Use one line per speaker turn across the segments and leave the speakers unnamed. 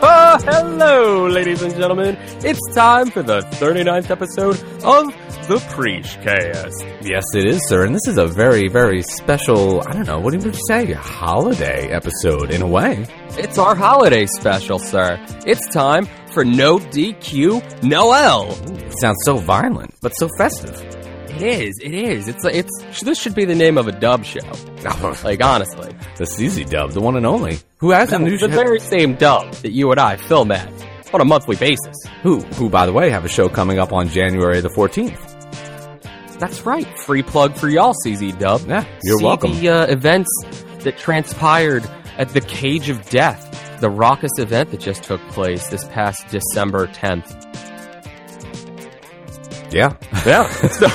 Ah,
Hello, ladies and gentlemen. It's time for the 39th episode of the Preachcast.
Yes, it is, sir. And this is a very, very special, I don't know, what would you say? Holiday episode, in a way.
It's our holiday special, sir. It's time for No DQ Noel.
It sounds so violent, but so festive.
It is. It is. It's it's this should be the name of a dub show. Like honestly,
the CZ dub, the one and only. Who has a new show?
the very same dub that you and I film at on a monthly basis.
who, who, by the way, have a show coming up on January the 14th.
That's right. Free plug for y'all, CZ Dub.
Yeah, you're
See
welcome.
The uh, events that transpired at the Cage of Death, the raucous event that just took place this past December 10th.
Yeah.
Yeah. so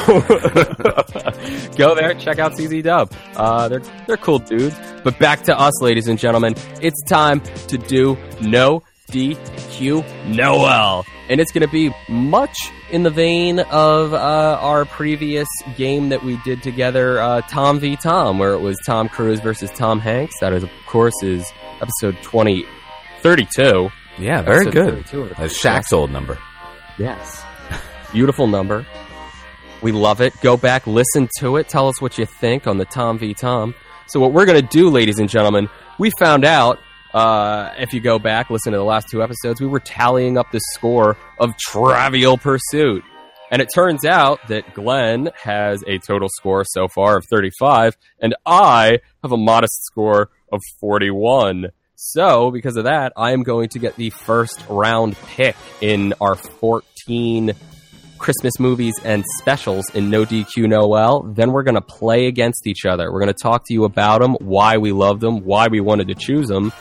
go there, check out CZ Dub. Uh, they're they're cool dudes. But back to us, ladies and gentlemen. It's time to do no DQ Noel, and it's going to be much in the vein of uh, our previous game that we did together, uh, Tom v Tom, where it was Tom Cruise versus Tom Hanks. That is, of course, is episode twenty thirty two.
Yeah, very
Episode
good.
32 of the
That's Shaq's old number.
Yes. Beautiful number. We love it. Go back, listen to it, tell us what you think on the Tom v Tom. So, what we're going to do, ladies and gentlemen, we found out, uh, if you go back, listen to the last two episodes, we were tallying up the score of Trivial Pursuit. And it turns out that Glenn has a total score so far of 35, and I have a modest score of 41. So, because of that, I am going to get the first round pick in our 14 Christmas movies and specials in No DQ Noel. Then we're going to play against each other. We're going to talk to you about them, why we love them, why we wanted to choose them,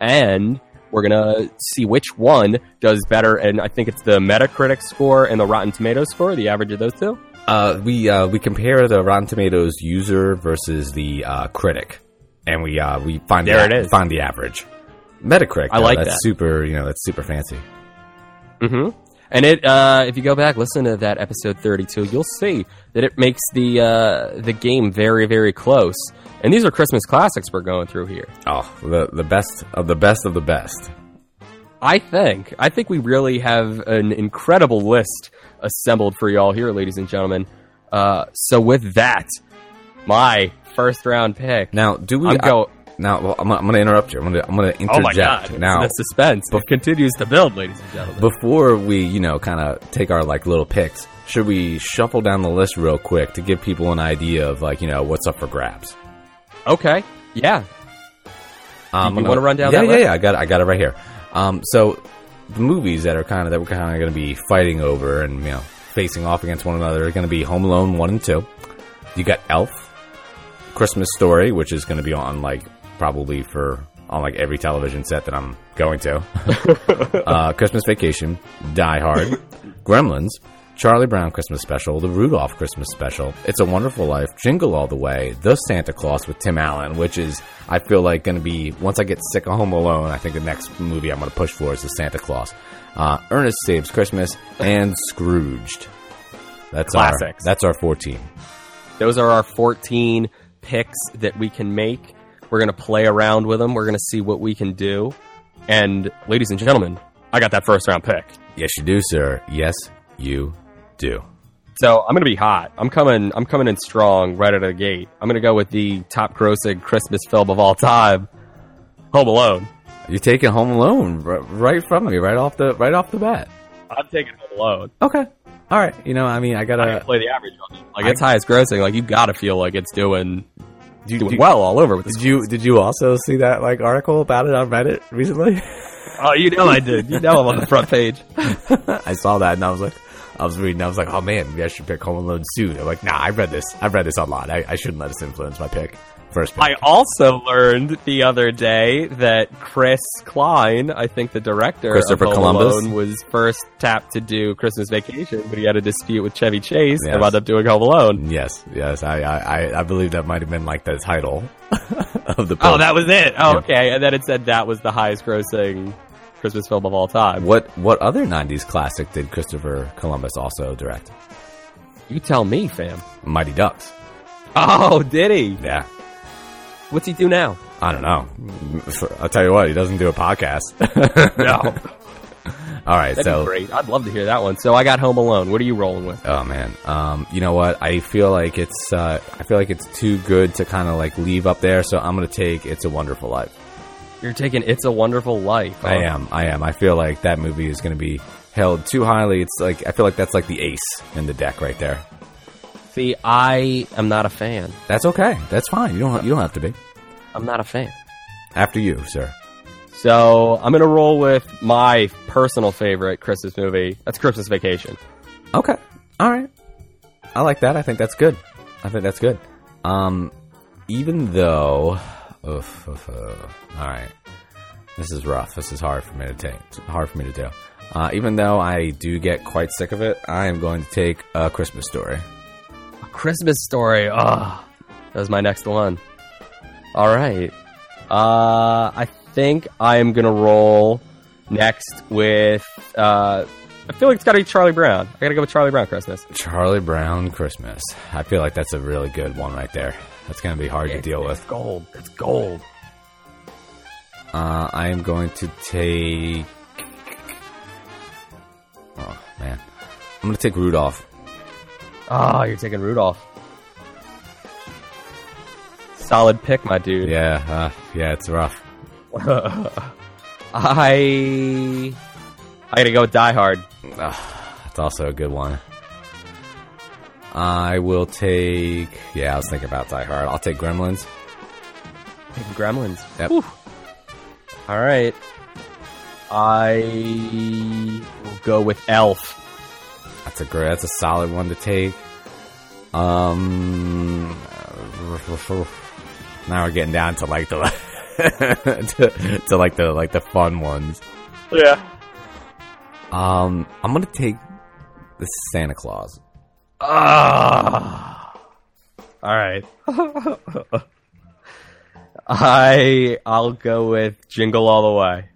and we're going to see which one does better. And I think it's the Metacritic score and the Rotten Tomatoes score, the average of those two.
Uh, we uh, we compare the Rotten Tomatoes user versus the uh, critic, and we uh, we find
There
the,
it is.
find the average. Metacritic.
I
though,
like
that's
that.
Super, you know, that's super fancy.
hmm And it, uh, if you go back, listen to that episode 32, you'll see that it makes the uh, the game very, very close. And these are Christmas classics we're going through here.
Oh, the the best of the best of the best.
I think. I think we really have an incredible list assembled for y'all here, ladies and gentlemen. Uh, so with that, my first round pick.
Now, do we
I'm going.
now? Well, I'm, gonna- I'm going to interrupt you. I'm going to I'm going to
Oh my
interject
god!
now.
the suspense it continues to build, ladies and gentlemen.
Before we, you know, kind of take our like little picks, should we shuffle down the list real quick to give people an idea of like you know what's up for grabs?
Okay. Yeah.
Um,
You- you
I'm
wanna
gonna-
run down
yeah,
that
yeah,
list?
yeah. I got, it- I got it right here. Um, so the movies that are kind of that we're kind of going to be fighting over and you know facing off against one another are going to be Home Alone one and two. You got Elf, Christmas Story, which is going to be on like probably for on like every television set that I'm going to. uh, Christmas Vacation, Die Hard, Gremlins, Charlie Brown Christmas Special, The Rudolph Christmas Special, It's a Wonderful Life, Jingle All the Way, The Santa Claus with Tim Allen, which is I feel like going to be once I get sick of Home Alone, I think the next movie I'm going to push for is The Santa Claus. Uh, Ernest Saves Christmas and Scrooged. That's our
Classics.
that's our fourteen.
Those are our 14 picks that we can make. We're going to play around with them. We're going to see what we can do. And, ladies and gentlemen, I got that first round pick.
Yes, you do, sir. Yes, you do.
So I'm gonna be hot. I'm coming. I'm coming in strong right out of the gate. I'm gonna go with the top grossing Christmas film of all time, Home Alone.
You're taking Home Alone r- right from me, right off the right off the bat.
I'm taking Home Alone.
Okay, all right. You know, I mean, I
I can
gotta.
play the average on it. Like it's highest grossing. Like you gotta feel like it's doing doing well all over with this.
Did you did you also see that like article about it on Reddit recently?
Oh, you know I did. You know I'm on the front page.
I saw that and I was like, I was reading. I was like, oh man, maybe I should pick Home Alone soon. I'm like, nah, I read this. I read this online. I, I shouldn't let this influence my pick. First pick.
I also learned the other day that Chris Klein, I think the director
Christopher
of Home
Columbus?
Alone, was first tapped to do Christmas Vacation, but he had a dispute with Chevy Chase
Yes.
and wound up doing Home Alone.
yes, yes. I I, I I believe that might have been like the title of the.
Oh,
post.
that was it. Oh,
Yeah.
okay. And then it said that was the highest grossing Christmas film of all time.
What what other '90s classic did Christopher Columbus also direct?
You tell me, fam.
Mighty Ducks.
Oh, did he?
Yeah,
What's he do now?
I don't know. I'll tell you what, he doesn't do a podcast.
No,
All right,
that'd
so
be great. I'd love to hear that one. So I got Home Alone. What are you rolling with?
oh man, um, you know what? I feel like it's uh, I feel like it's too good to kind of like leave up there. So I'm gonna take It's a Wonderful Life.
You're taking It's a Wonderful Life. huh?
I am, I am. I feel like that movie is gonna be held too highly. It's like I feel like that's like the ace in the deck right there.
See, I am not a fan.
That's okay. That's fine. You don't you don't have to be.
I'm not a fan.
After you, sir.
So I'm gonna roll with my personal favorite Christmas movie. That's Christmas Vacation.
Okay. All right. I like that. I think that's good. I think that's good. Um, even though, oof, oof, oof. all right, this is rough. This is hard for me to take. It's hard for me to do. Uh, even though I do get quite sick of it, I am going to take a Christmas story.
A Christmas Story. Ah, that was my next one. All right. Uh, I think I am gonna roll next with. Uh, I feel like it's gotta be Charlie Brown. I gotta go with Charlie Brown Christmas.
Charlie Brown Christmas. I feel like that's a really good one right there. That's going to be hard to deal with.
It's gold. It's gold.
Uh, I am going to take. Oh man, I'm going to take Rudolph.
Ah, you're taking Rudolph. Solid pick, my dude.
Yeah, uh, yeah, it's rough.
I I gotta go with Die Hard.
That's also a good one. I will take. Yeah, I was thinking about Die Hard. I'll take Gremlins.
Taking Gremlins.
Yep.
All right. I will go with Elf.
That's a great. That's a solid one to take. Um, now we're getting down to like the to, to like the like the fun ones.
Yeah.
Um, I'm gonna take the Santa Claus.
Ah. All right. I I'll go with Jingle All the Way.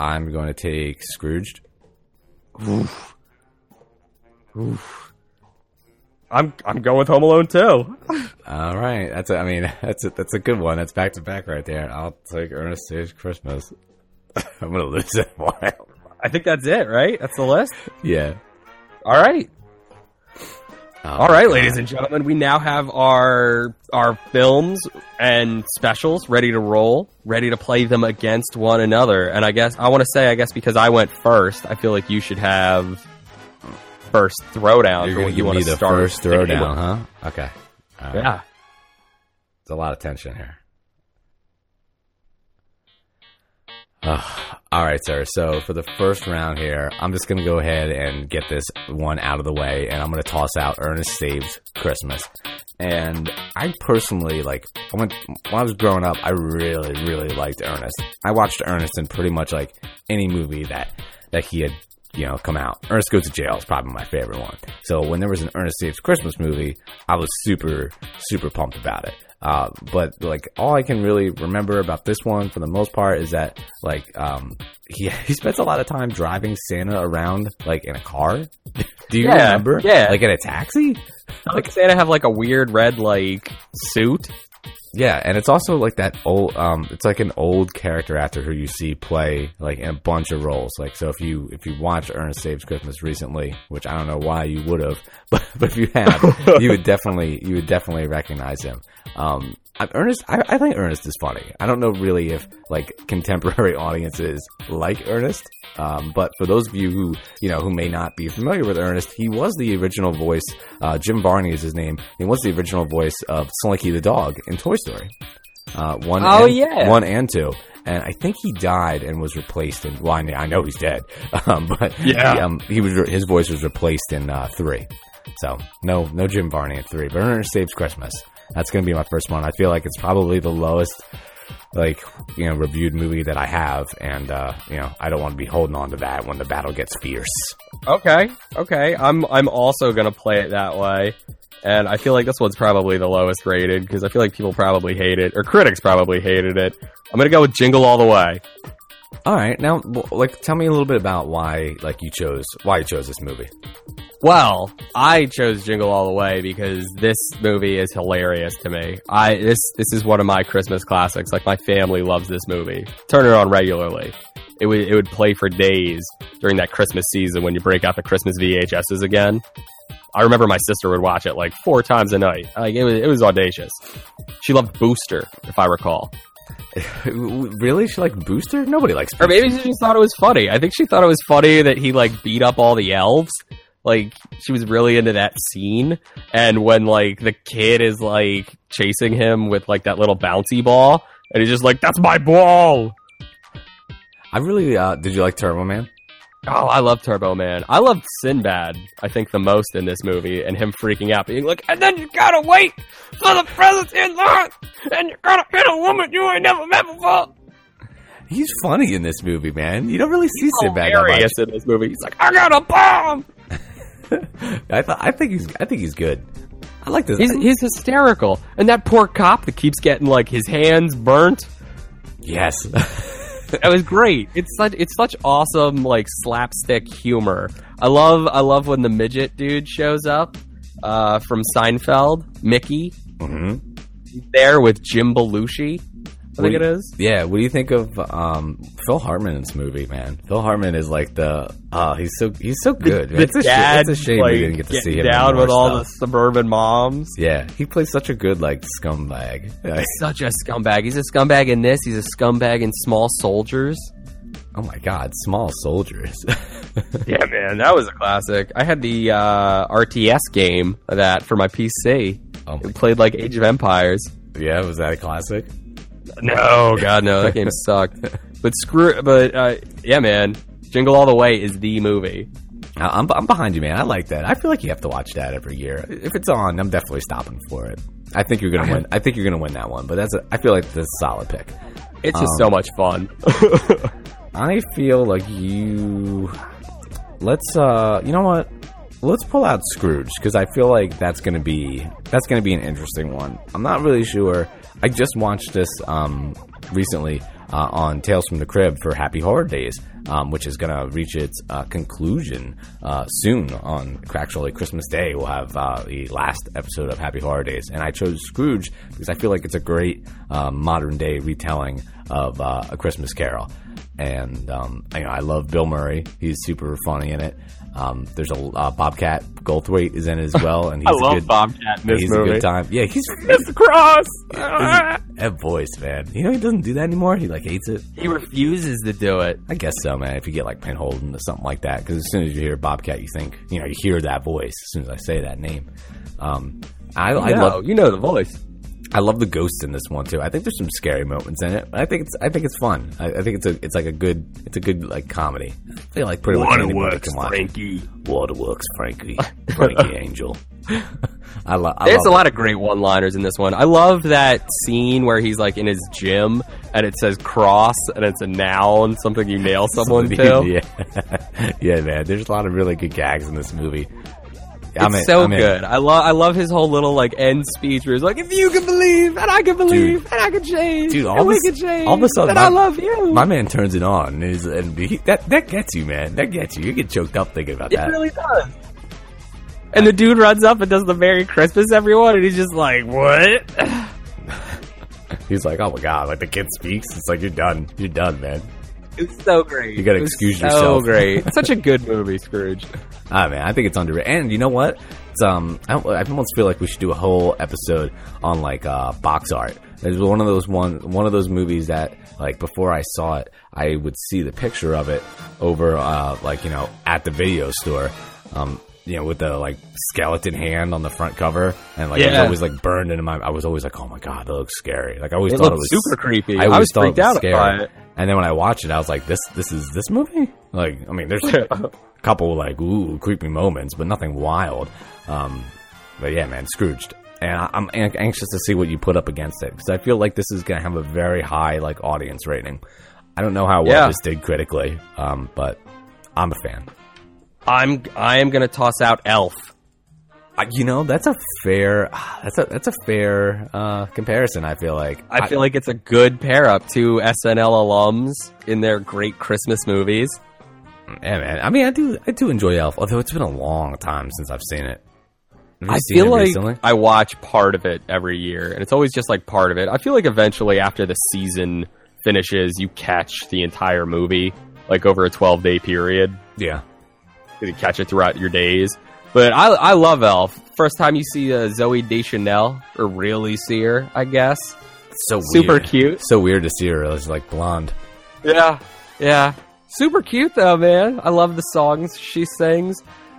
I'm going to take Scrooged.
I'm I'm going with Home Alone too.
All right, that's a, I mean that's a, that's a good one. That's back to back right there. I'll take Ernest Saves Christmas. I'm gonna lose that one.
I think that's it, right? That's the list.
yeah.
All right.
Oh,
All right,
God.
ladies and gentlemen, we now have our our films and specials ready to roll, ready to play them against one another. And I guess I want to say, I guess because I went first, I feel like you should have first throwdown.
you're
for
gonna
what you
give
want
me
to
the
start
first throwdown, huh? Okay. All right.
Yeah.
There's a lot of tension here. Ugh. all right, sir. So for the first round here, I'm just gonna go ahead and get this one out of the way, and I'm gonna toss out Ernest Saves Christmas. And I personally like I went when I was growing up. I really, really liked Ernest. I watched Ernest in pretty much like any movie that that he had you know come out. Ernest Goes to Jail is probably my favorite one. So when there was an Ernest Saves Christmas movie, I was super, super pumped about it. Uh, but like all I can really remember about this one for the most part is that like um he he spends a lot of time driving Santa around like in a car. Do you
Yeah,
remember?
yeah.
Like in a taxi?
Like Santa have like a weird red like suit.
Yeah, and it's also like that old. Um, it's like an old character actor who you see play like in a bunch of roles. Like, so if you if you watch Ernest Saves Christmas recently, which I don't know why you would have, but, but if you have, you would definitely you would definitely recognize him. Um, I, Ernest, I, I think Ernest is funny. I don't know really if like contemporary audiences like Ernest, um, but for those of you who you know who may not be familiar with Ernest, he was the original voice. Uh, Jim Varney is his name. He was the original voice of Slinky the dog in Toy Story. Uh, one
Oh,
and,
yeah.
one and two, and I think he died and was replaced in. Well, I, mean, I know he's dead, um, but
Yeah.
he, um, he was re- his voice was replaced in uh, three. So no, no Jim Varney at three. But Ernest Saves Christmas. That's gonna be my first one. I feel like it's probably the lowest, like you know, reviewed movie that I have, and uh, you know, I don't want to be holding on to that when the battle gets fierce.
Okay, okay. I'm I'm also gonna play it that way, and I feel like this one's probably the lowest rated because I feel like people probably hate it or critics probably hated it. I'm gonna go with Jingle All the Way.
All right, now w- like tell me a little bit about why like you chose why you chose this movie.
Well, I chose Jingle All the Way because this movie is hilarious to me. I this this is one of my Christmas classics. Like my family loves this movie. Turn it on regularly. It would it would play for days during that Christmas season when you break out the Christmas VHSs again. I remember my sister would watch it like four times a night. Like it was it was audacious. She loved Booster, if I recall.
really? She like Booster? Nobody likes
Or
Booster.
maybe she just thought it was funny. I think she thought it was funny that he like beat up all the elves. Like she was really into that scene. And when like the kid is like chasing him with like that little bouncy ball, and he's just like, "That's my ball."
I really uh, did you like Turbo Man?
Oh, I love Turbo Man. I love Sinbad. I think the most in this movie, and him freaking out, being like, "And then you gotta wait for the presents in line, and you gotta hit a woman you ain't never met before."
He's funny in this movie, man. You don't really see Sinbad that much.
Hilarious in this movie. He's like, "I got a bomb."
I thought I think he's I think he's good. I like this.
He's, he's hysterical. And that poor cop that keeps getting like his hands burnt.
yes.
That was great. It's such it's such awesome like slapstick humor. I love I love when the midget dude shows up uh, from Seinfeld. Mickey
hmm
he's there with Jim Belushi. I think it is.
Yeah. What do you think of um, Phil Hartman in this movie, man? Phil Hartman is like the uh, he's so he's so good. man. it's, a sh- it's a shame
like,
we didn't get to see
getting
him in
down
more
with all the
stuff.
suburban moms.
Yeah, he plays such a good like scumbag. Like,
Such a scumbag. He's a scumbag in this. He's a scumbag in Small Soldiers.
oh my god, small soldiers.
Yeah, man, that was a classic. I had the uh, RTS game of that for my PC.
oh my,
It played like Age of Empires.
yeah, was that a classic?
No, God, no, that game sucked. But screw, but uh, yeah, man, Jingle All the Way is the movie.
I- I'm, I'm behind you, man. I like that. I feel like you have to watch that every year. If it's on, I'm definitely stopping for it. I think you're gonna win. I think you're gonna win that one. But that's a, I feel like this is a solid pick.
It's just
Um,
so much fun.
I feel like you. Let's uh, you know what? Let's pull out Scrooge because I feel like that's gonna be that's gonna be an interesting one. I'm not really sure. I just watched this um recently uh, on Tales from the Crib for Happy Horror Days, um, which is gonna reach its uh, conclusion uh, soon on actually Christmas Day. We'll have uh, the last episode of Happy Horror Days, and I chose Scrooge because I feel like it's a great uh, modern day retelling of uh, A Christmas Carol and um, I, I love Bill Murray. He's super funny in it. Um, there's a uh, Bobcat Goldthwait is in it as well, and he's a good,
Bobcat in
he's a good time. Yeah, he's
Mr. Cross.
that voice, man. You know he doesn't do that anymore. He like hates it.
he refuses to do it.
I guess so, man. If you get like Penholden or something like that, because as soon as you hear Bobcat, you think you know you hear that voice as soon as I say that name. Um, I, I
No,
love
you know the voice.
I love the ghosts in this one too. I think there's some scary moments in it. But I think it's I think it's fun. I, I think it's a it's like a good it's a good like comedy. I feel like pretty much anybody can watch. it.
Frankie.
Waterworks, Frankie, Frankie Angel. I, lo- I
There's a
love.
lot of great one-liners in this one. I love that scene where he's like in his gym and it says cross and it's a noun, something you nail someone
it.
to.
yeah, yeah, man. There's a lot of really good gags in this movie.
It's so good. I love I love his whole little like end speech where he's like, "If you can believe, and I can believe, and I can change,
Dude, all
and we
this-
can change,
all of a sudden
and
my-
I love you."
My man turns it on, and, he's- and he, that that gets you, man. That gets you. You get choked up thinking about
it
that.
really does. And the dude runs up and does the Merry Christmas, everyone, and he's just like, "What?"
He's like, "Oh my god!" Like the kid speaks. It's like you're done. You're done, man.
It's so great.
You gotta
It was
excuse
so
yourself.
great. Such a good movie, Scrooge.
Ah, man, I think it's underrated. And you know what? It's um, I, don't- I almost feel like we should do a whole episode on like uh, box art. There's one of those one one of those movies that like before I saw it, I would see the picture of it over uh, like you know at the video store. Um, you know, with the like skeleton hand on the front cover, and like it was
Yeah.
always like burned into my. I was always like, "Oh my god, that looks scary!" Like I always
It
thought it
looked
was
super creepy.
I
I
always
was
thought
freaked
it was
out
scary.
by it.
And then when I watched it, I was like, "This, this is this movie." Like, I mean, there's a couple like ooh creepy moments, but nothing wild. Um, but yeah, man, Scrooged. And I- I'm an- anxious to see what you put up against it because I feel like this is gonna have a very high like audience rating. I don't know how well
Yeah.
this did critically, um, but I'm a fan.
I'm I am gonna toss out Elf.
I- you know, that's a fair. That's a that's a fair uh, comparison. I feel like.
I feel like it's a good pair up to SNL alums in their great Christmas movies.
Yeah, man. I mean, I do I do enjoy Elf, although it's been a long time since I've seen it. Have you
I
seen
feel
it
like
recently?
I watch part of it every year, and it's always just like part of it. I feel like eventually, after the season finishes, you catch the entire movie, like over a 12 day period.
yeah.
You catch it throughout your days. But I, I love Elf. First time you see uh, Zoe Deschanel, or really see her, I guess.
It's so
Super
weird.
cute.
So weird to see her as like blonde.
Yeah, yeah. Super cute though, man. I love the songs she sings.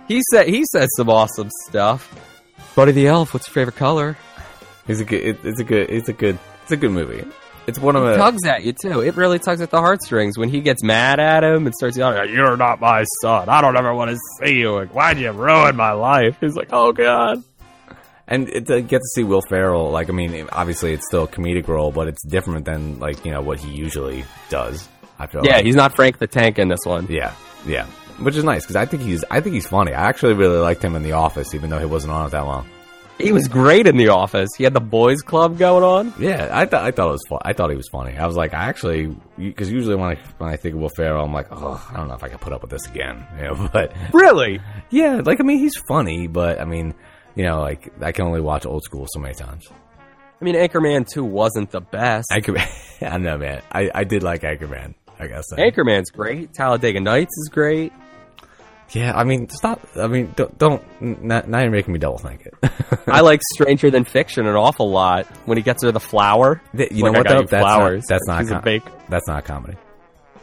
He said he says some awesome stuff. Buddy the Elf, what's your favorite color?
It's a good. It, it's a good. It's a good. It's a good movie. It's one of
It
the.
tugs at you too. It really tugs at the heartstrings when he gets mad at him and starts yelling, "You're not my son. I don't ever want to see you. Like, Why'd you ruin my life?" He's like, "Oh God."
And it, uh, get to see Will Ferrell. Like, I mean, obviously it's still a comedic role, but it's different than like you know what he usually does. I feel.
Yeah,
like.
he's not Frank the Tank in this one.
Yeah, yeah, which is nice because I think he's I think he's funny. I actually really liked him in The Office, even though he wasn't on it that long.
He was great in The Office. He had the boys' club going on.
Yeah, I thought I thought it was fu- I thought he was funny. I was like, I actually because usually when I when I think of Will Ferrell, I'm like, oh, I don't know if I can put up with this again. You know, but
Really?
yeah, like I mean, he's funny, but I mean, you know, like I can only watch old school so many times.
I mean, Anchorman Two wasn't the best.
Anchorman, I know, man. I, I did like Anchorman. I guess.
Anchorman's great. Talladega Nights is great.
Yeah, I mean, stop. I mean, don't. don't n- now you're making me double think it.
I like Stranger Than Fiction an awful lot. When he gets her the flower,
Th- you
Like,
know
I
what
got
though?
you
That's
flowers.
not. That's not.
He's a
com-
fake.
That's not comedy.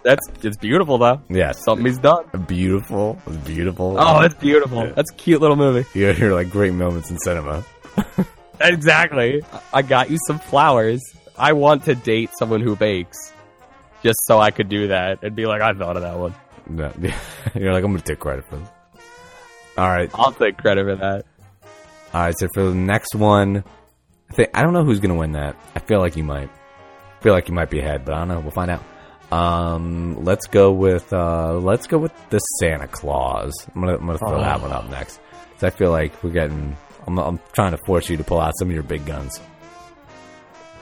That's it's beautiful though.
Yeah,
Something he's done.
beautiful. Beautiful.
Oh, it's beautiful.
Yeah.
That's a cute little movie.
you hear like great moments in cinema.
Exactly. I got you some flowers. I want to date someone who bakes, just so I could do that and be like, I thought of that one.
No, you're like I'm gonna take credit for this. All right,
I'll take credit for that.
all right. So for the next one, I think I don't know who's gonna win that. I feel like you might. I feel like you might be ahead, but I don't know. We'll find out. Um, let's go with uh, let's go with the Santa Claus. I'm gonna I'm gonna throw that one up next. 'Cause I feel like we're getting. I'm, I'm trying to force you to pull out some of your big guns.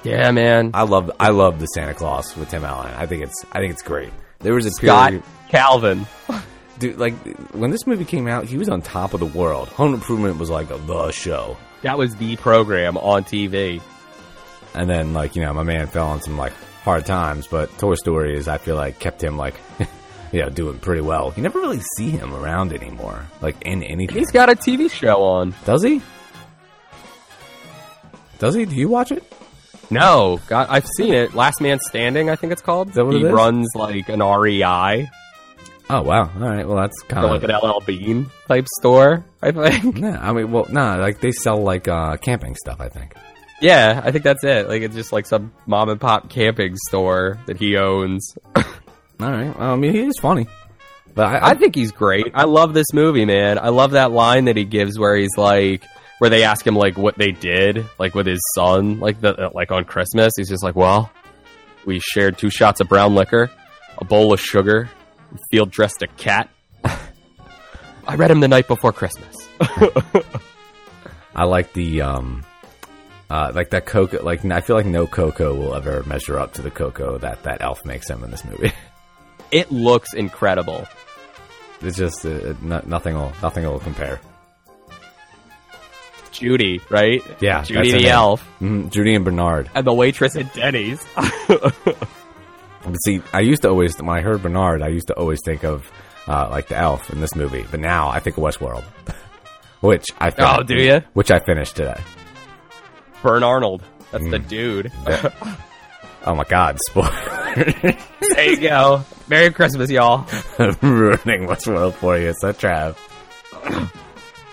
Yeah, man.
I love I love the Santa Claus with Tim Allen. I think it's I think it's great. There was a
Scott
period,
Calvin.
dude, like when this movie came out, he was on top of the world. Home Improvement was like the show,
That was the program on TV.
and then like you know my man fell on some like hard times, but Toy Story is I feel like kept him like you know doing pretty well. You never really see him around anymore, like in anything.
He's got a TV show on.
Does he? Does he? Do you watch it?
No, God, I've seen it. Last Man Standing, I think it's called.
that what
he
it is?
runs like an REI
Oh wow! All right, well that's kind
or
of
like an LL Bean type store. I think.
Nah, I mean, well, nah, like they sell like uh, camping stuff. I think.
Yeah, I think that's it. Like it's just like some mom and pop camping store that he owns.
All right. Well, I mean, he is funny, but I, I,
I think he's great. I love this movie, man. I love that line that he gives where he's like, where they ask him like what they did, like with his son, like the uh, like on Christmas. He's just like, well, we shared two shots of brown liquor, a bowl of sugar, and field dressed a cat. I read him the night before Christmas.
I like the um, uh, like that cocoa. Like I feel like no cocoa will ever measure up to the cocoa that that elf makes him in this movie.
It looks incredible.
it's just uh, it- no, nothing will nothing will compare.
Judy, right?
Yeah,
Judy
that's her
the
name.
elf
Mm, Judy and Bernard.
and the waitress at Denny's.
But see, I used to always when I heard Bernard, I used to always think of uh, like the elf in this movie. But now I think of Westworld, which I fin-
Oh, do ya?
Which I finished today.
Burn Arnold. That's the dude.
Oh my god, spoiler.
there you go. Merry Christmas, y'all.
ruining Westworld for you. It's a trap.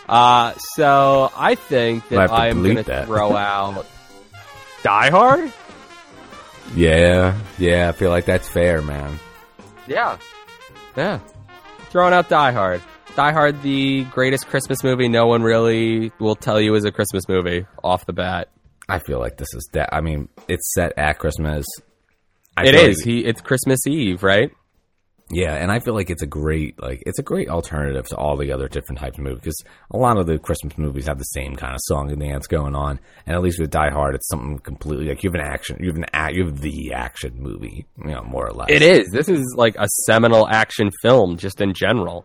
Uh, so I think
Might have
that
to
I'm
delete
going to
that.
throw out Die Hard.
Yeah, yeah. I feel like that's fair, man.
Yeah, yeah. Throwing out Die Hard. Die Hard, the greatest Christmas movie. No one really will tell you is a Christmas movie off the bat.
I feel like this is that. I mean, it's set at Christmas. I
It
feel
is.
like-
He. It's Christmas Eve, right?
Yeah, and I feel like it's a great like it's a great alternative to all the other different types of movies because a lot of the Christmas movies have the same kind of song and dance going on, and at least with Die Hard, it's something completely like you have an action, you have an act, you have the action movie, you know, more or less.
It is. This is like a seminal action film, just in general.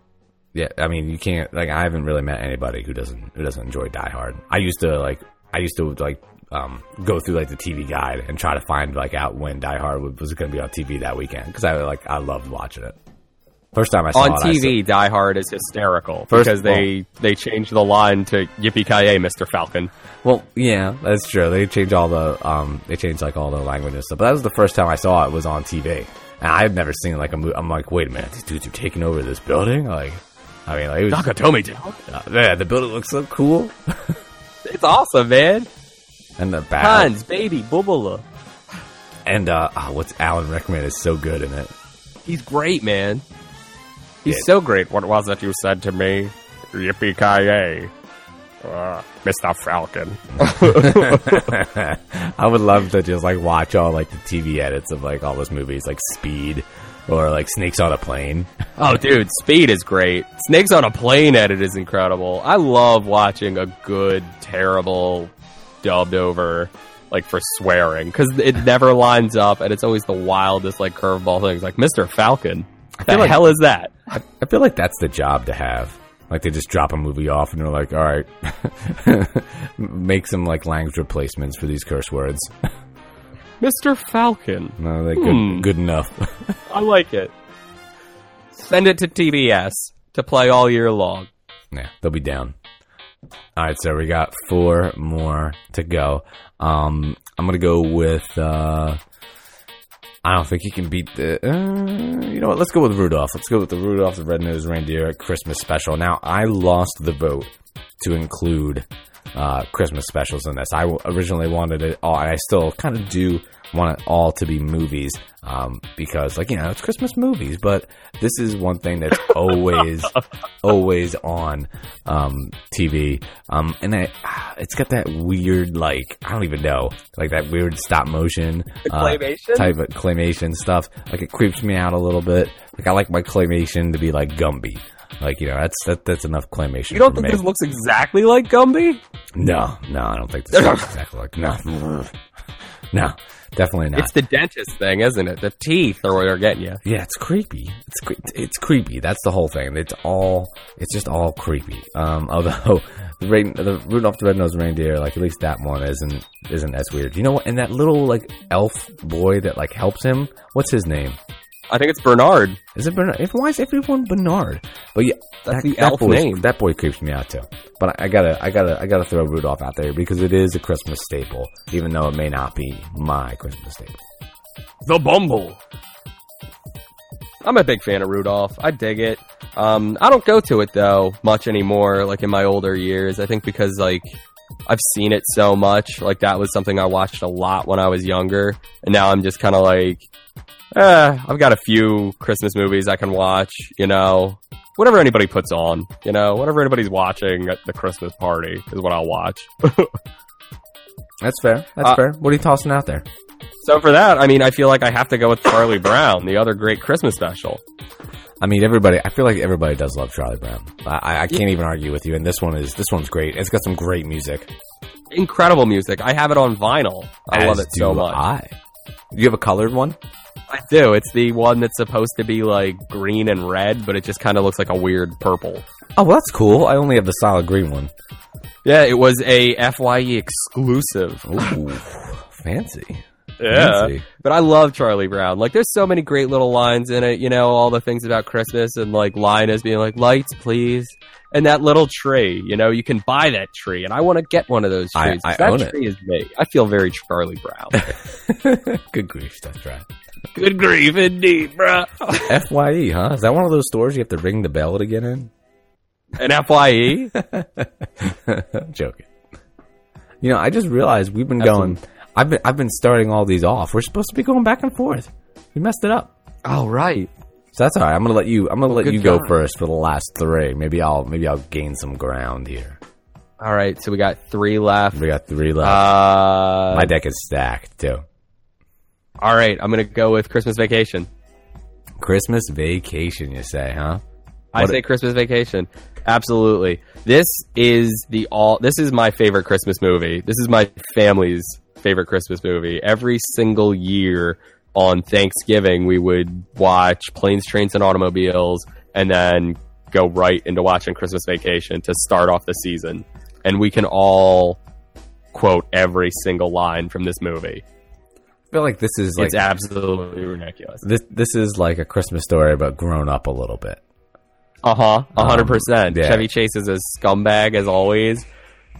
Yeah, I mean, you can't like I haven't really met anybody who doesn't who doesn't enjoy Die Hard. I used to like I used to like um, go through like the TV guide and try to find like out when Die Hard was, was going to be on TV that weekend because I like I loved watching it. First time I saw
On
it, I said-
TV, Die Hard is hysterical
First-
because they they changed the line to "Yippee ki yay, Mr. Falcon."
Well, yeah, that's true. They change all the um, they change like all the language and stuff. But that was the first time I saw it was on TV, and I had never seen like a movie. I'm like, wait a minute, these dudes are taking over this building. Like, I mean, like, it was,
Nakatomi Town.
uh, yeah, the building looks so cool,
It's awesome, man.
and the back
Hans, baby, Bubula.
and uh, ah, what's Alan Rickman is so good in it.
He's great, man. He's
Yeah.
so great. What was it you said to me? Yippee ki yay, uh, Mr. Falcon.
I would love to just like watch all like the TV edits of like all those movies, like Speed or like Snakes on a Plane.
Oh, dude, Speed is great. Snakes on a Plane edit is incredible. I love watching a good, terrible, dubbed over, like for swearing, because it never lines up, and it's always the wildest, like curveball things, like Mr. Falcon. The
feel like-
hell is that?
I feel like that's the job to have. Like they just drop a movie off and they're like, all right, make some like language replacements for these curse words.
Mr. Falcon.
No, they good,
Hmm.
good enough.
I like it. Send it to TBS to play all year long.
yeah, they'll be down. All right, so we got four more to go. Um, I'm gonna go with. Uh, I don't think he can beat the. Uh, you know what? Let's go with Rudolph. Let's go with the Rudolph the Red-Nosed Reindeer Christmas Special. Now, I lost the vote to include uh, Christmas specials in this. I w- originally wanted it all, and I still kind of do want it all to be movies um, because, like, you know, it's Christmas movies, but this is one thing that's always, always on um, TV. Um, and I, it's got that weird, like, I don't even know, like that weird stop motion uh,
claymation?
type of claymation stuff. Like, it creeps me out a little bit. Like, I like my claymation to be like Gumby. Like you know, that's that, that's enough claymation.
You don't
for
think
me.
this looks exactly like Gumby?
No, no, I don't think this is exactly like no, no, definitely not.
It's the dentist thing, isn't it? The teeth are what are getting you.
yeah, it's creepy. It's cre- it's creepy. That's the whole thing. It's all it's just all creepy. Um, although the, rain, the Rudolph the Red-Nosed Reindeer, like at least that one isn't isn't as weird. You know what? And that little like elf boy that like helps him. What's his name?
I think it's Bernard.
Is it Bernard? If, why is everyone Bernard? But yeah,
That's the elf
boy's-
name.
That boy creeps me out too. But I, I gotta, I gotta, I gotta throw Rudolph out there because it is a Christmas staple, even though it may not be my Christmas staple.
The Bumble. I'm a big fan of Rudolph. I dig it. Um, I don't go to it though much anymore. Like in my older years, I think because like I've seen it so much. Like that was something I watched a lot when I was younger, and now I'm just kind of like, eh, I've got a few Christmas movies I can watch. You know, whatever anybody puts on. You know, whatever anybody's watching at the Christmas party is what I'll watch.
That's fair. That's
Uh,
fair. What are you tossing out there?
so for that, I mean, I feel like I have to go with Charlie Brown, the other great Christmas special.
I mean, everybody. I feel like everybody does love Charlie Brown. I, I, I can't even argue with you. And this one is this one's great. It's got some great music.
incredible music. I have it on vinyl. I love
As
it so
do
much. I.
I. You have a colored one?
do. It's the one that's supposed to be like green and red, but it just kind of looks like a weird purple.
Oh, well, that's cool. I only have the solid green one.
Yeah, it was a Fye exclusive.
Ooh, fancy. Fancy.
but I love Charlie Brown. Like, there's so many great little lines in it. You know, all the things about Christmas and like Linus being like, "Lights, please." And that little tree, you know, you can buy that tree, and I want to get one of those
I-
trees. 'cause
I
that
own it.
tree is me. I feel very Charlie Brown.
Good grief, that's right.
Good grief, indeed, bruh.
Fye, E, huh? Is that one of those stores you have to ring the bell to get in?
An E? Fye.
Joking. You know, I just realized we've been
Absolutely.
going. I've been I've been starting all these off. We're supposed to be going back and forth. We messed it up.
Oh, right.
So that's all right. I'm gonna let you. I'm gonna let
Good
you go
God.
first for the last three. Maybe I'll maybe I'll gain some ground here.
All right, so we got three left.
We got three left.
Uh,
My deck is stacked too.
all right, I'm gonna go with Christmas Vacation.
Christmas vacation, you say, huh?
I
What
say
it-
Christmas Vacation. Absolutely. This is the all. This is my favorite Christmas movie. This is my family's favorite Christmas movie. Every single year on Thanksgiving, we would watch Planes, Trains, and Automobiles, and then go right into watching Christmas Vacation to start off the season. And we can all quote every single line from this movie.
I feel like this is like
it's absolutely ridiculous.
this this is like a Christmas story but grown up a little bit.
Uh huh. A hundred
Um,
percent.
yeah.
Chevy Chase is a scumbag as always.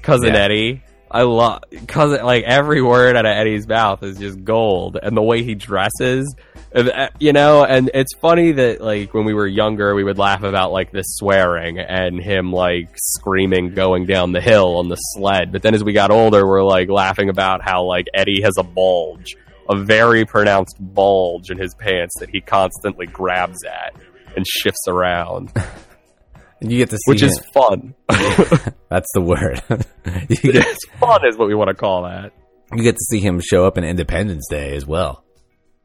Cousin
Yeah.
Eddie, I love cousin. Like every word out of Eddie's mouth is just gold, and the way he dresses, and, uh, you know. And it's funny that like when we were younger, we would laugh about like the swearing and him like screaming going down the hill on the sled. But then as we got older, we're like laughing about how like Eddie has a bulge. A very pronounced bulge in his pants that he constantly grabs at and shifts around
And you get to see
which is
it.
fun.
that's the word. you get
it's fun is what we want to call that.
you get to see him show up in Independence Day as well.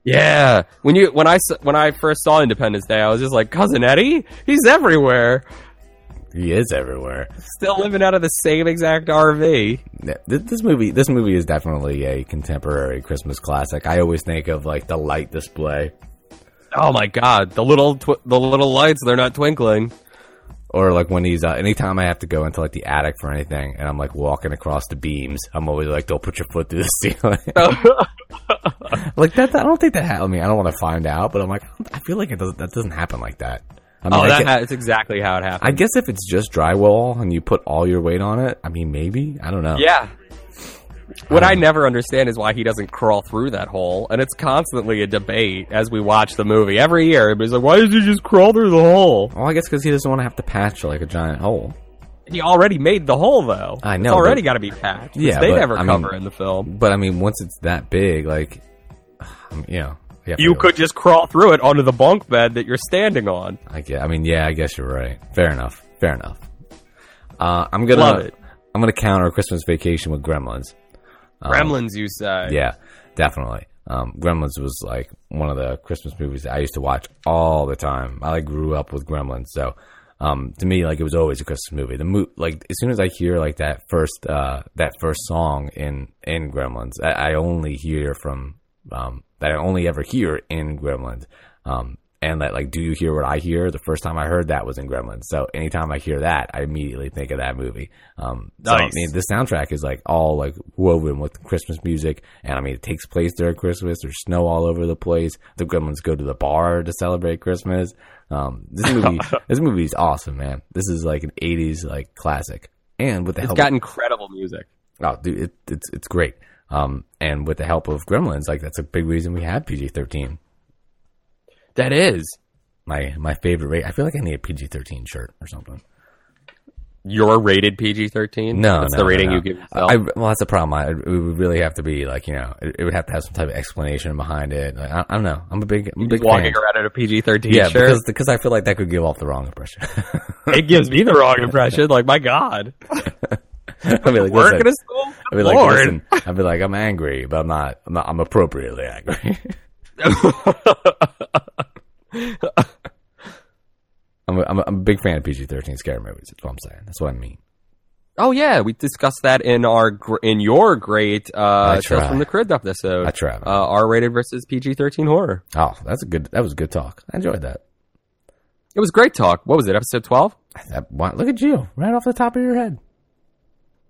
Yeah, when you when I s- when I first saw Independence Day, I was just like, cousin Eddie, he's everywhere,
He is everywhere.
still living out of the same exact RV.
Yeah, th- This movie, this movie is definitely a contemporary Christmas classic. I always think of like the light display
Oh my God, the little tw- the little lights, they're not twinkling.
or like when he's uh, anytime I have to go into like the attic for anything, and I'm like walking across the beams, I'm always like, "Don't put your foot through the ceiling."
Oh,
like that, I don't think that. Ha- I mean, I don't want to find out, but I'm like, I feel like it doesn't. That doesn't happen like that. I mean,
oh,
I,
that
gue-
ha- that's exactly how it happened.
I guess if it's just drywall and you put all your weight on it, I mean, maybe I don't know.
yeah. What I
Um,
never understand is why he doesn't crawl through that hole, and it's constantly a debate as we watch the movie every year. Everybody's like, "Why does he just crawl through the hole?"
Well, I guess because he doesn't want to have to patch like a giant hole.
He already made the hole, though.
I know,
It's already
but-
got to be patched.
Yeah,
Yeah, they
but,
never
I mean-
cover in the film.
But I mean, once it's that big, like, um, you know, have to
You
go-
could just crawl through it onto the bunk bed that you're standing on.
I guess, I mean, yeah, I guess you're right. Fair enough. Fair enough. Uh, I'm gonna
Love it.
I'm gonna counter Christmas Vacation with Gremlins. Um,
Gremlins, you say?
Yeah, definitely. Um, Gremlins was like one of the Christmas movies that I used to watch all the time. I like grew up with Gremlins, so um, to me, like it was always a Christmas movie. The mo- like as soon as I hear like that first uh, that first song in in Gremlins, I, I only hear from um, that I only ever hear in Gremlins. Um, and that like, do you hear what I hear? The first time I heard that was in Gremlins. So anytime I hear that, I immediately think of that movie. Um, so, I
Nice.
mean, the soundtrack is like all like woven with Christmas music, and I mean, it takes place during Christmas. There's snow all over the place. The Gremlins go to the bar to celebrate Christmas. Um, this movie, this movie is awesome, man. This is like an '80s like classic, and with the
It's
help,
got incredible music.
oh, dude, it, it's it's great. Um, and with the help of Gremlins, like that's a big reason we have PG-13.
That is.
My my favorite rate. I feel like I need a PG-13 shirt or something.
You're rated PG 13?
No,
That's
no,
the
no,
rating
no.
you give yourself.
I, well, that's the problem. I, it would really have to be like you know, it, it would have to have some type of explanation behind it. Like, I, I don't know. I'm a big, I'm a big
Walking
fan.
around in a PG 13
Yeah,
shirt.
because because I feel like that could give off the wrong impression.
it gives me the wrong impression. Like, my God.
I'd be like,
Work at
listen,
a school?
I'd be like,
Lord.
listen, I'd be like, I'm angry, but I'm not. I'm, not, I'm appropriately angry. I'm a, I'm, a, I'm a big fan of PG-13 scare movies. That's what I'm saying. That's what I mean.
Oh, yeah. We discussed that in our gr- in your great uh,
I
Tales
try.
from the Crib episode.
I try.
Uh, R rated versus PG 13 horror.
oh, that's a good. That was a good talk. I enjoyed that.
It was great talk. What was it? Episode 12?
that wow, look at you, right off the top of your head.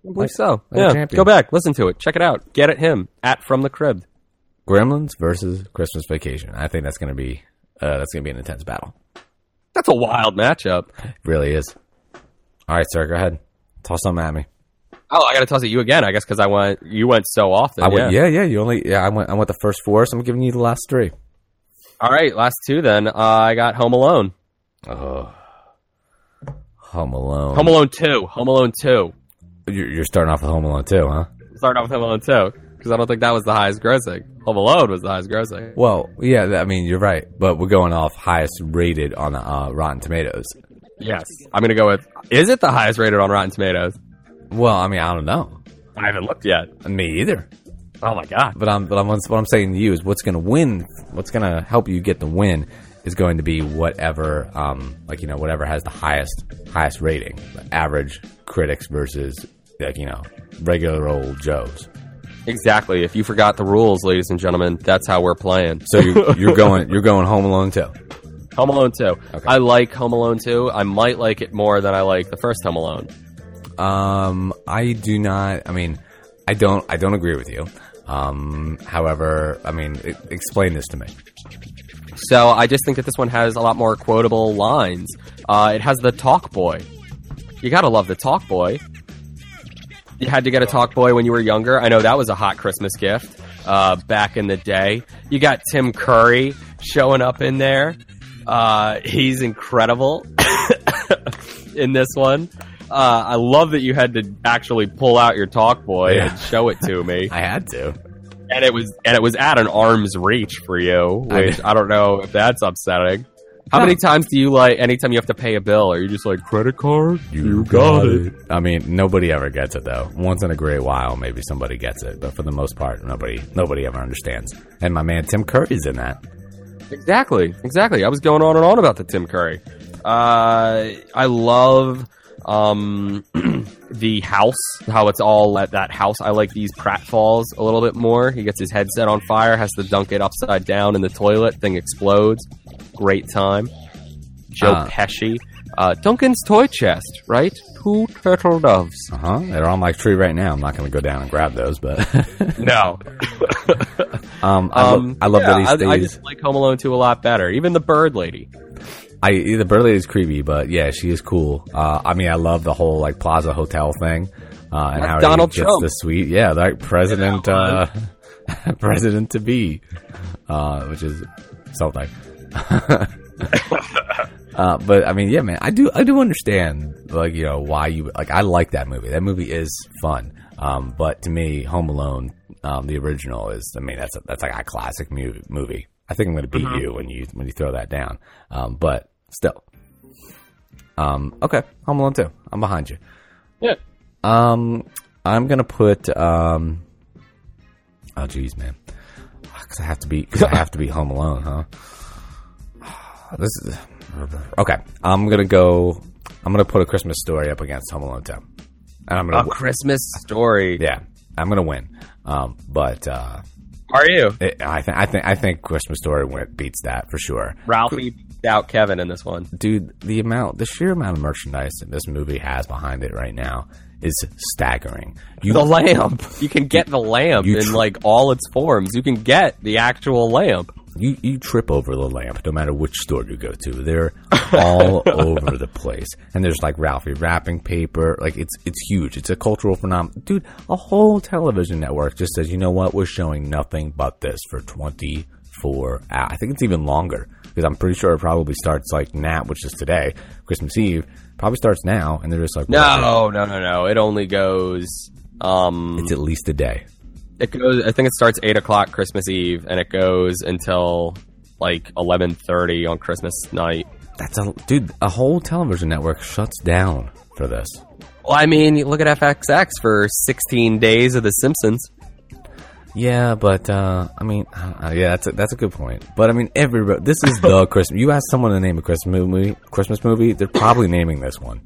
I believe so.
like a
yeah.
champion.
Go back, listen to it, check it out. Get at him at from the crib.
Gremlins versus Christmas Vacation. I think that's gonna be uh, that's gonna be an intense battle.
That's a wild matchup.
It really is. All right, sir, go ahead. Toss something at me.
Oh, I got to toss it you again, I guess, because I went you went so often.
I went, Uh, yeah. yeah, You only, yeah. I went, I went the first four, so I'm giving you the last three.
All right, last two then. Uh, I got Home Alone,
Oh, Home Alone.
Home Alone Two, Home Alone Two.
You're, you're starting off with Home Alone too, huh?
Start off with Home Alone Two because I don't think that was the highest grossing. Home Alone was the highest grossing.
Well, yeah. that- I mean, you're right, but we're going off highest rated on uh, Rotten Tomatoes.
Yes, I'm gonna go with. Is it the highest rated on Rotten Tomatoes?
Well, I mean, I don't know.
I haven't looked yet.
Me either.
Oh my god.
But I'm, but I'm, what I'm saying to you is, what's going to win? What's going to help you get the win is going to be whatever, um, like you know, whatever has the highest highest rating. The average critics versus like you know regular old Joes.
Exactly. If you forgot the rules, ladies and gentlemen, that's how we're playing.
So you're, you're going you're going Home Alone too.
Home Alone 2. I like Home Alone 2. I might like it more than I like the first Home Alone.
Um, I do not. I mean, I don't. I don't agree with you. Um, however, I mean, e- explain this to me.
So I just think that this one has a lot more quotable lines. Uh, it has the talk boy. You gotta love the talk boy. You had to get a talk boy when you were younger. I know that was a hot Christmas gift uh, back in the day. You got Tim Curry showing up in there. Uh, he's incredible in this one. Uh, I love that you had to actually pull out your talk boy
Yeah.
and show it to me
I had to.
and it was and it was at an arm's reach for you,
I-
which I, don't know if that's upsetting. How
No.
many times do you like? Anytime you have to pay a bill, are you just like credit card?
I mean, nobody ever gets it though. Once in a great while, maybe somebody gets it, but for the most part, nobody nobody ever understands. And my man Tim Curry's in that.
Exactly, exactly. I was going on and on about the Tim Curry. Uh, I love um, the house, how it's all at that house. I like these pratfalls a little bit more. He gets his head set on fire, has to dunk it upside down in the toilet, thing explodes. Great time. Joe
Uh.
Pesci. Uh, Duncan's toy chest, right? Two turtle doves.
Uh huh. They're on my tree right now. I'm not going to go down and grab those, but
No.
um, I, lo- I love
yeah,
that he's.
I, I
he's-
just like Home Alone 2 a lot better. Even the bird lady.
I the bird lady's creepy, but yeah, she is cool. Uh, I mean, I love the whole like Plaza Hotel thing, uh, and
That's
how
Donald
he gets
Trump.
the suite. Yeah, like president, uh, president to be, uh, which is something. uh, but I mean, yeah, man, I do, I do understand, like you know, why you like. I like that movie. That movie is fun. Um, but to me, Home Alone, um, the original is. I mean, that's a, that's like a classic mu- movie. I think I'm going to beat you when you when you throw that down. Um, but still, um, okay, Home Alone two. I'm behind you.
Yeah.
Um, I'm gonna put um. Oh jeez, man, because I have to be because I have to be home alone, huh? This is okay. I'm gonna go. I'm gonna put a Christmas story up against Home Alone two, and I'm gonna
A
w
Christmas story.
yeah, I'm gonna win. Um, but uh,
Are you?
it, I think I think I think Christmas story win- beats that for sure.
Ralphie beat out Kevin in this one.
dude, the amount, the sheer amount of merchandise that this movie has behind it right now is staggering. You,
The lamp. You can get the lamp
You
in
tr-
like all its forms. You can get the actual lamp.
you, you trip over the lamp no matter which store you go to. They're all over the place. And there's like Ralphie wrapping paper. Like it's, it's huge. It's a cultural phenomenon. Dude, a whole television network just says, you know what? We're showing nothing but this for 24 hours. I think it's even longer because I'm pretty sure it probably starts like now, which is today, Christmas Eve. Probably starts now, and they're just like,
No, no, no, no. It only goes. Um,
it's at least a day.
it goes. I think it starts eight o'clock Christmas Eve, and it goes until like eleven thirty on Christmas night.
That's a dude. A whole television network shuts down for this.
Well, I mean, look at FXX for sixteen days of The Simpsons.
Yeah, but uh, I mean, uh, yeah, that's a, that's a good point. But I mean, every this is the Christmas. You ask someone to name a Christmas movie, Christmas movie, they're probably naming this one.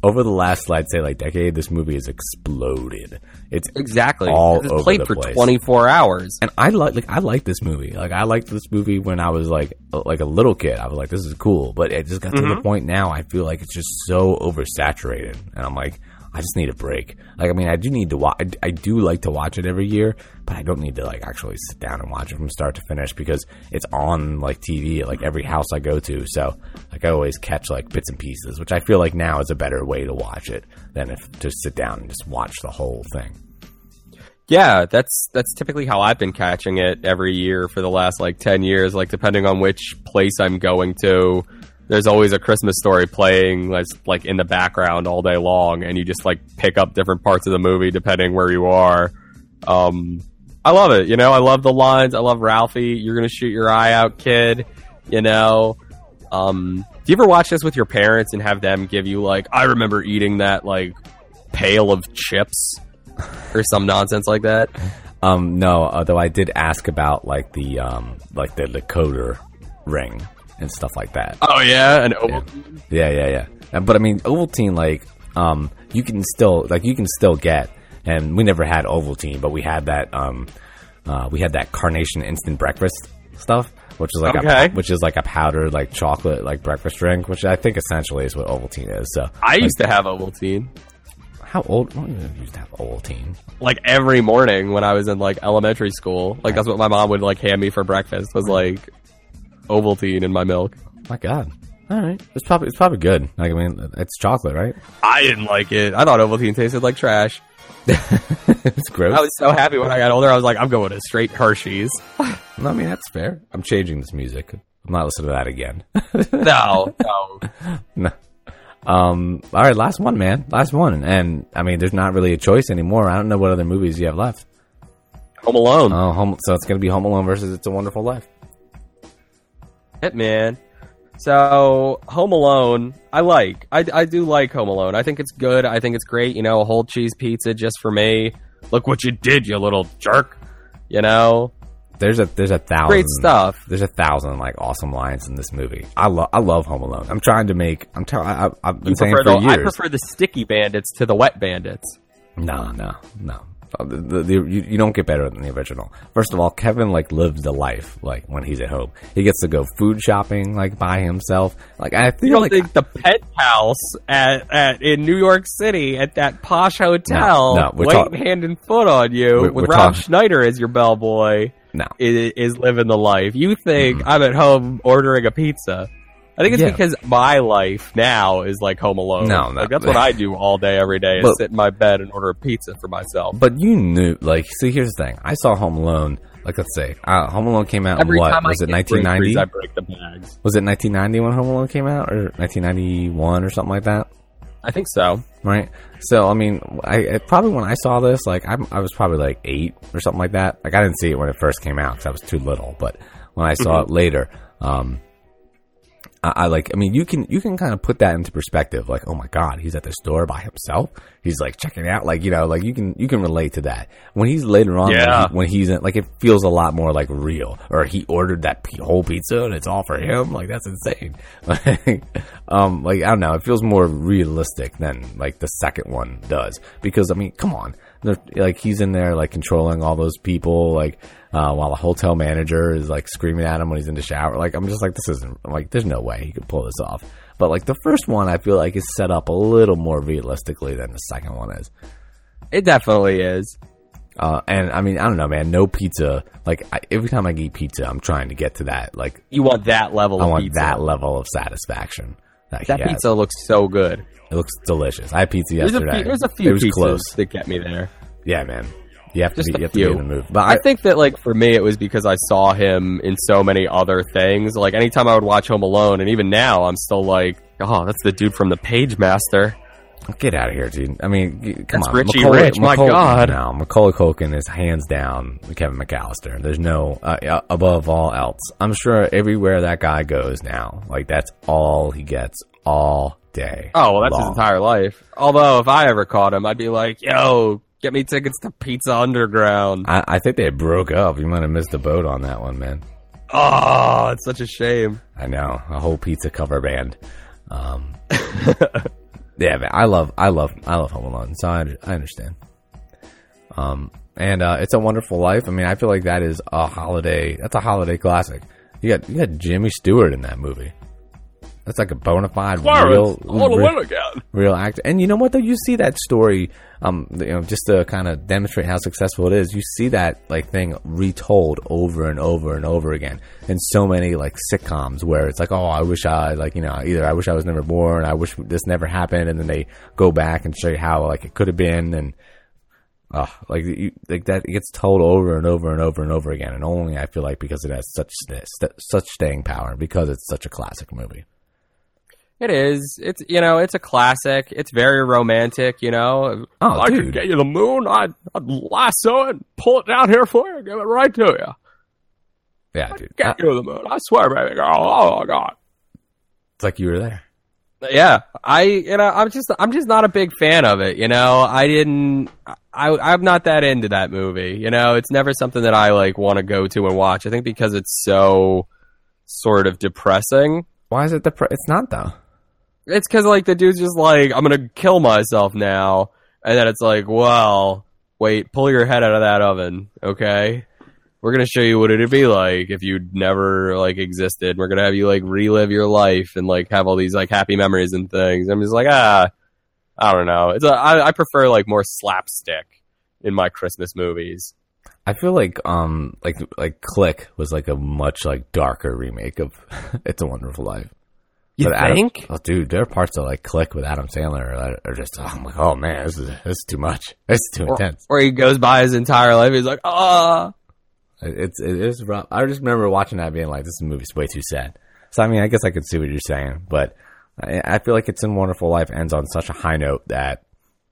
Over the last, I'd say, like decade, this movie has exploded. It's
Exactly.
All
it's
over
played
the
for
place.
twenty four hours.
and I like like I like this movie. Like I liked this movie when I was like a- like a little kid. I was like, this is cool. But it just got to the point now. I feel like it's just so oversaturated, and I'm like, I just need a break. Like I mean, I do need to watch. I, I do like to watch it every year, but I don't need to like actually sit down and watch it from start to finish because it's on like TV at like every house I go to. So like I always catch like bits and pieces, which I feel like now is a better way to watch it than if to sit down and just watch the whole thing.
Yeah, that's that's typically how I've been catching it every year for the last like 10 years, like depending on which place I'm going to. There's always a Christmas story playing like, like in the background all day long and you just like pick up different parts of the movie depending where you are. Um I love it, you know. I love the lines. I love Ralphie. You're going to shoot your eye out, kid, you know. Um do you ever watch this with your parents and have them give you like I remember eating that like pail of chips or some nonsense like that?
Um, no, although I did ask about like the um, like the decoder ring and stuff like that.
Oh yeah, and oh,
Yeah, yeah, yeah. Uh, But I mean, Ovaltine, like, um, you can still like you can still get, and we never had Ovaltine, but we had that, um, uh, we had that Carnation instant breakfast stuff, which is like
Okay.
a, which is like a powdered like chocolate like breakfast drink, which I think essentially is what Ovaltine is. So
I used to have Ovaltine
how old? I don't even used to have Ovaltine.
like every morning when I was in like elementary school. Like that's what my mom would like hand me for breakfast was like Ovaltine in my milk.
My God. All right, it's probably it's probably good. Like I mean, it's chocolate, right?
I didn't like it. I thought Ovaltine tasted like trash.
It's gross.
I was so happy when I got older. I was like, I'm going to straight Hershey's.
I mean, that's fair. I'm changing this music. I'm not listening to that again.
No, no.
No. Um. All right, last one, man. Last one, and I mean, there's not really a choice anymore. I don't know what other movies you have left.
Home Alone.
Oh, home. So it's gonna be Home Alone versus It's a Wonderful Life.
Hitman. So Home Alone, I like. I, I do like Home Alone. I think it's good. I think it's great. You know, a whole cheese pizza just for me. Look what you did, you little jerk. You know,
There's a there's a thousand
great stuff.
There's a thousand like awesome lines in this movie. I love I love Home Alone. I'm trying to make. I'm tell. I, I, I've been
You
saying
prefer
for
the, I
years.
prefer the sticky bandits to the wet bandits.
No, no, no. Uh, The, the, the, you, you don't get better than the original. First of all, Kevin like lives the life like when he's at home. He gets to go food shopping like by himself. Like I
You
feel
don't
like
think the penthouse at, at in New York City at that posh hotel,
No, no, we're
waiting
talk-
hand and foot on you,
We're-
with
we're
Rob
talk-
Schneider as your bellboy,
no.
is, is living the life. You think I'm at home ordering a pizza. I think it's
Mm-hmm. Yeah.
because my life now is like Home Alone.
No, no.
Like, that's what I do all day, every day, is
But-
sit in my bed and order a pizza for myself.
But you knew, like, see, here's the thing. I saw Home Alone. Like, let's say uh, Home Alone came out in
Every
what
time I
was it?
get
Nineteen ninety?
groceries, I break the bags.
Was it nineteen ninety when Home Alone came out, or nineteen ninety one, or something like that?
I think so.
Right. So, I mean, I, I probably when I saw this, like, I'm, I was probably like eight or something like that. Like, I didn't see it when it first came out because I was too little. But when I saw it later, um, I, I like. I mean, you can you can kind of put that into perspective. Like, oh my God, he's at the store by himself. He's like checking out. Like, you know, like you can you can relate to that when he's later on.
Yeah.
When, he- when he's in, like, it feels a lot more like real. Or he ordered that p- whole pizza and it's all for him. Like, that's insane. Like, um, like I don't know. It feels more realistic than like the second one does because I mean, come on. They're- Like he's in there, like controlling all those people, like uh, while the hotel manager is like screaming at him when he's in the shower. Like I'm just like, this isn't like, there's no way he could pull this off. But like the first one, I feel like is set up a little more realistically than the second one is.
It definitely is.
Uh, and I mean, I don't know, man. No pizza. Like I, every time I eat pizza, I'm trying to get to that. Like
You want that level
I
of
want
pizza.
that level of satisfaction. That, he
That
has.
pizza looks so good.
It looks delicious. I had pizza
There's a,
yesterday.
few, there's a
It
few
was
pizzas
close.
that get me there.
Yeah, man. You have to
Just
be,
a
you have to be in
few.
the mood. But I,
I think that like for me it was because I saw him in so many other things. Like anytime I would watch Home Alone, and even now I'm still like, oh, that's the dude from The Page Master.
get out of here, dude. I mean, g- come
That's
on,
Richie Rich, my God.
No, Macaulay Culkin is hands down Kevin McAllister. There's no uh, uh, above all else. I'm sure everywhere that guy goes now, like that's all he gets all day.
Oh, well, that's his
long.
entire life. Although if I ever caught him, I'd be like, yo, get me tickets to Pizza Underground.
I, I think they broke up. You might have missed the boat on that one, man.
Oh, it's such a shame.
I know a whole pizza cover band. Um, yeah, man, I love, I love, I love Home Alone, so I, I understand. Um, and uh, it's a Wonderful Life. I mean, I feel like that is a holiday. That's a holiday classic. You got you got Jimmy Stewart in that movie. That's like a bona fide real, real,
again.
real actor. And you know what though? You see that story, um, you know, just to kind of demonstrate how successful it is. You see that like thing retold over and over and over again in so many like sitcoms where it's like, oh, I wish I like you know either I wish I was never born, I wish this never happened, and then they go back and show you how like it could have been and. Uh, like you, like that it gets told over and over and over and over again, and only I feel like because it has such st- st- such staying power, and because it's such a classic movie.
It is. It's you know, it's a classic. It's very romantic. You know.
Oh,
I
dude.
could get you the moon. I'd, I'd lasso it, and pull it down here for you, and give it right to you.
Yeah, dude, Uh,
Get you the moon. I swear, baby girl. Oh my god.
it's like you were there.
Yeah, I you know I'm just I'm just not a big fan of it. You know, I didn't. I I'm not that into that movie. You know, it's never something that I like want to go to and watch. I think because it's so sort of depressing.
Why is it the? Pre- it's not though.
It's because like the dude's just like, I'm gonna kill myself now, and then it's like, well, wait, pull your head out of that oven, okay? We're gonna show you what it'd be like if you'd never like existed. We're gonna have you like relive your life and like have all these like happy memories and things. I'm just like, ah, I don't know. It's a, I, I prefer like more slapstick in my Christmas movies.
I feel like um like like Click was like a much like darker remake of It's a Wonderful Life.
You
But Adam-
think?
oh, dude, there are parts of like Click with Adam Sandler that are just oh, I'm like, oh man, this is this is too much. This is too
Or,
intense.
or he goes by his entire life. He's like, ah.
It's it is rough. I just remember watching that being like, this movie's way too sad. So I mean, I guess I could see what you're saying, but I, I feel like it's in Wonderful Life ends on such a high note that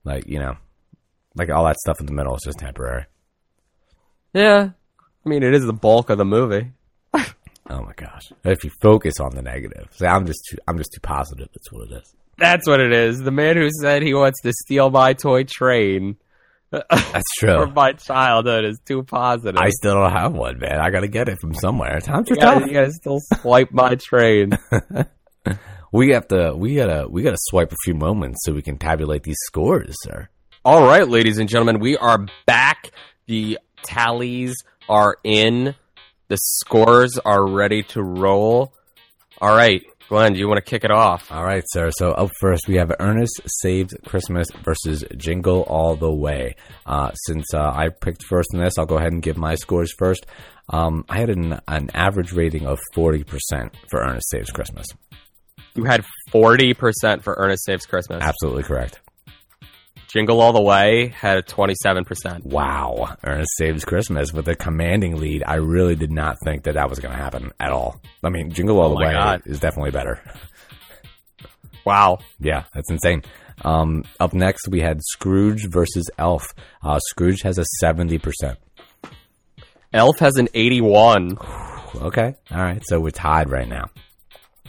like you know, like all that stuff in the middle is just temporary.
Yeah. I mean, it is the bulk of the movie.
Oh my gosh! If you focus on the negative, see, I'm just too, I'm just too positive. That's what it is.
That's what it is. The man who said he wants to steal my toy train
That's
from
true.
my childhood is too positive.
I still don't have one, man. I gotta get it from somewhere. Times are
you gotta,
tough.
you gotta still swipe my train.
We have to. We gotta. We gotta swipe a few moments so we can tabulate these scores, sir.
All right, ladies and gentlemen, we are back. The tallies are in. The scores are ready to roll. All right, Glenn, do you want to kick it off?
All right, sir. So up first, we have Ernest Saves Christmas versus Jingle All the Way. Uh, since uh, I picked first in this, I'll go ahead and give my scores first. Um, I had an, an average rating of forty percent for Ernest Saves Christmas.
You had 40% for Ernest Saves Christmas.
Absolutely correct.
Jingle All the Way had a 27%.
Wow, Ernest Saves Christmas with a commanding lead. I really did not think that that was going to happen at all. I mean, Jingle All
Oh
the
my
Way
God.
is definitely better.
Wow.
Yeah, that's insane. Um, up next, we had Scrooge versus Elf. Uh, Scrooge has a 70%.
Elf has an 81.
Okay, all right, so we're tied right now.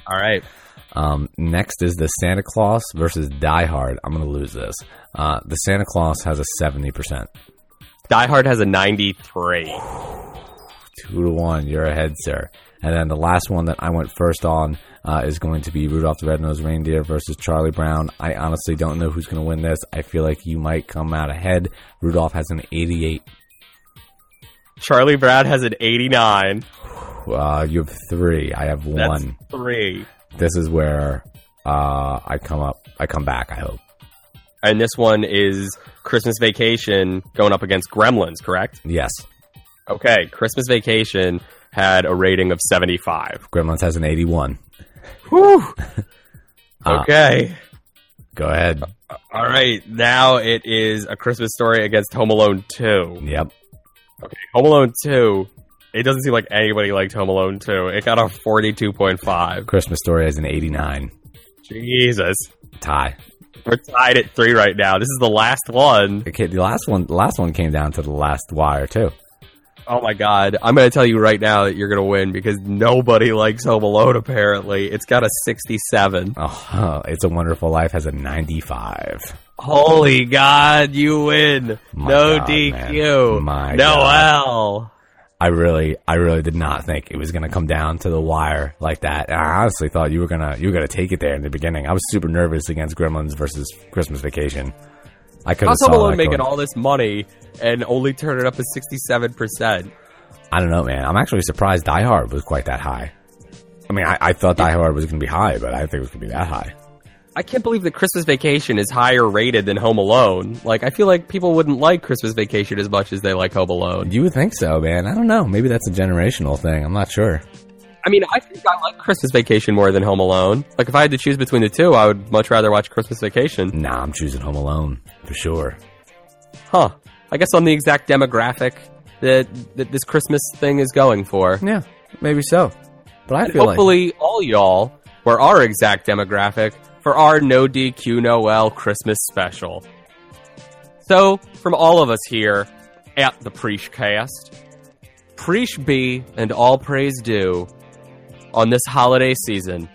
All right.
Um, next is the Santa Claus versus Die Hard. I'm going to lose this. Uh, the Santa Claus has a 70%.
Die Hard has a 93.
two to one. You're ahead, sir. And then the last one that I went first on uh, is going to be Rudolph the Red-Nosed Reindeer versus Charlie Brown. I honestly don't know who's going to win this. I feel like you might come out ahead. Rudolph has an 88.
Charlie Brown has an 89.
Uh, you have three. I have
That's
one.
three.
This is where uh, I come up. I come back. I hope.
And this one is Christmas Vacation going up against Gremlins, correct?
Yes.
Okay. Christmas Vacation had a rating of 75.
Gremlins has an 81.
Whew.
Uh,
okay.
Go ahead.
All right. Now it is a Christmas story against Home Alone 2.
Yep.
Home Alone 2. It doesn't seem like anybody liked Home Alone 2. It got a 42.5.
Christmas Story has an 89.
Jesus.
Tie.
We're tied at three right now. This is the last one.
Okay. The last one. The last one came down to the last wire too.
Oh my god. I'm gonna tell you right now that you're gonna win because nobody likes Home Alone apparently. It's got a sixty seven.
Oh, It's a Wonderful Life has a 95.
Holy god, you win.
My
no
God,
DQ.
man. My
Noel.
I really, I really did not think it was gonna come down to the wire like that. And I honestly thought you were gonna, you were gonna take it there in the beginning. I was super nervous against Gremlins versus Christmas Vacation. I could have
How's Home
saw
Alone
that
making
going-
all this money and only turn it up to sixty seven percent?
I don't know, man. I'm actually surprised Die Hard was quite that high. I mean, I, I thought Die Hard was gonna be high, but I didn't think it was gonna be that high.
I can't believe that Christmas Vacation is higher rated than Home Alone. Like, I feel like people wouldn't like Christmas Vacation as much as they like Home Alone.
You would think so, man. I don't know. Maybe that's a generational thing. I'm not sure.
I mean, I think I like Christmas Vacation more than Home Alone. Like, if I had to choose between the two, I would much rather watch Christmas Vacation.
Nah, I'm choosing Home Alone for sure.
Huh. I guess I'm the exact demographic that, that this Christmas thing is going for.
Yeah, maybe so. But I feel like.
Hopefully, all y'all were our exact demographic for our No DQ Noel Christmas special. So, from all of us here at the Preach Cast, Preach be and all praise due on this holiday season.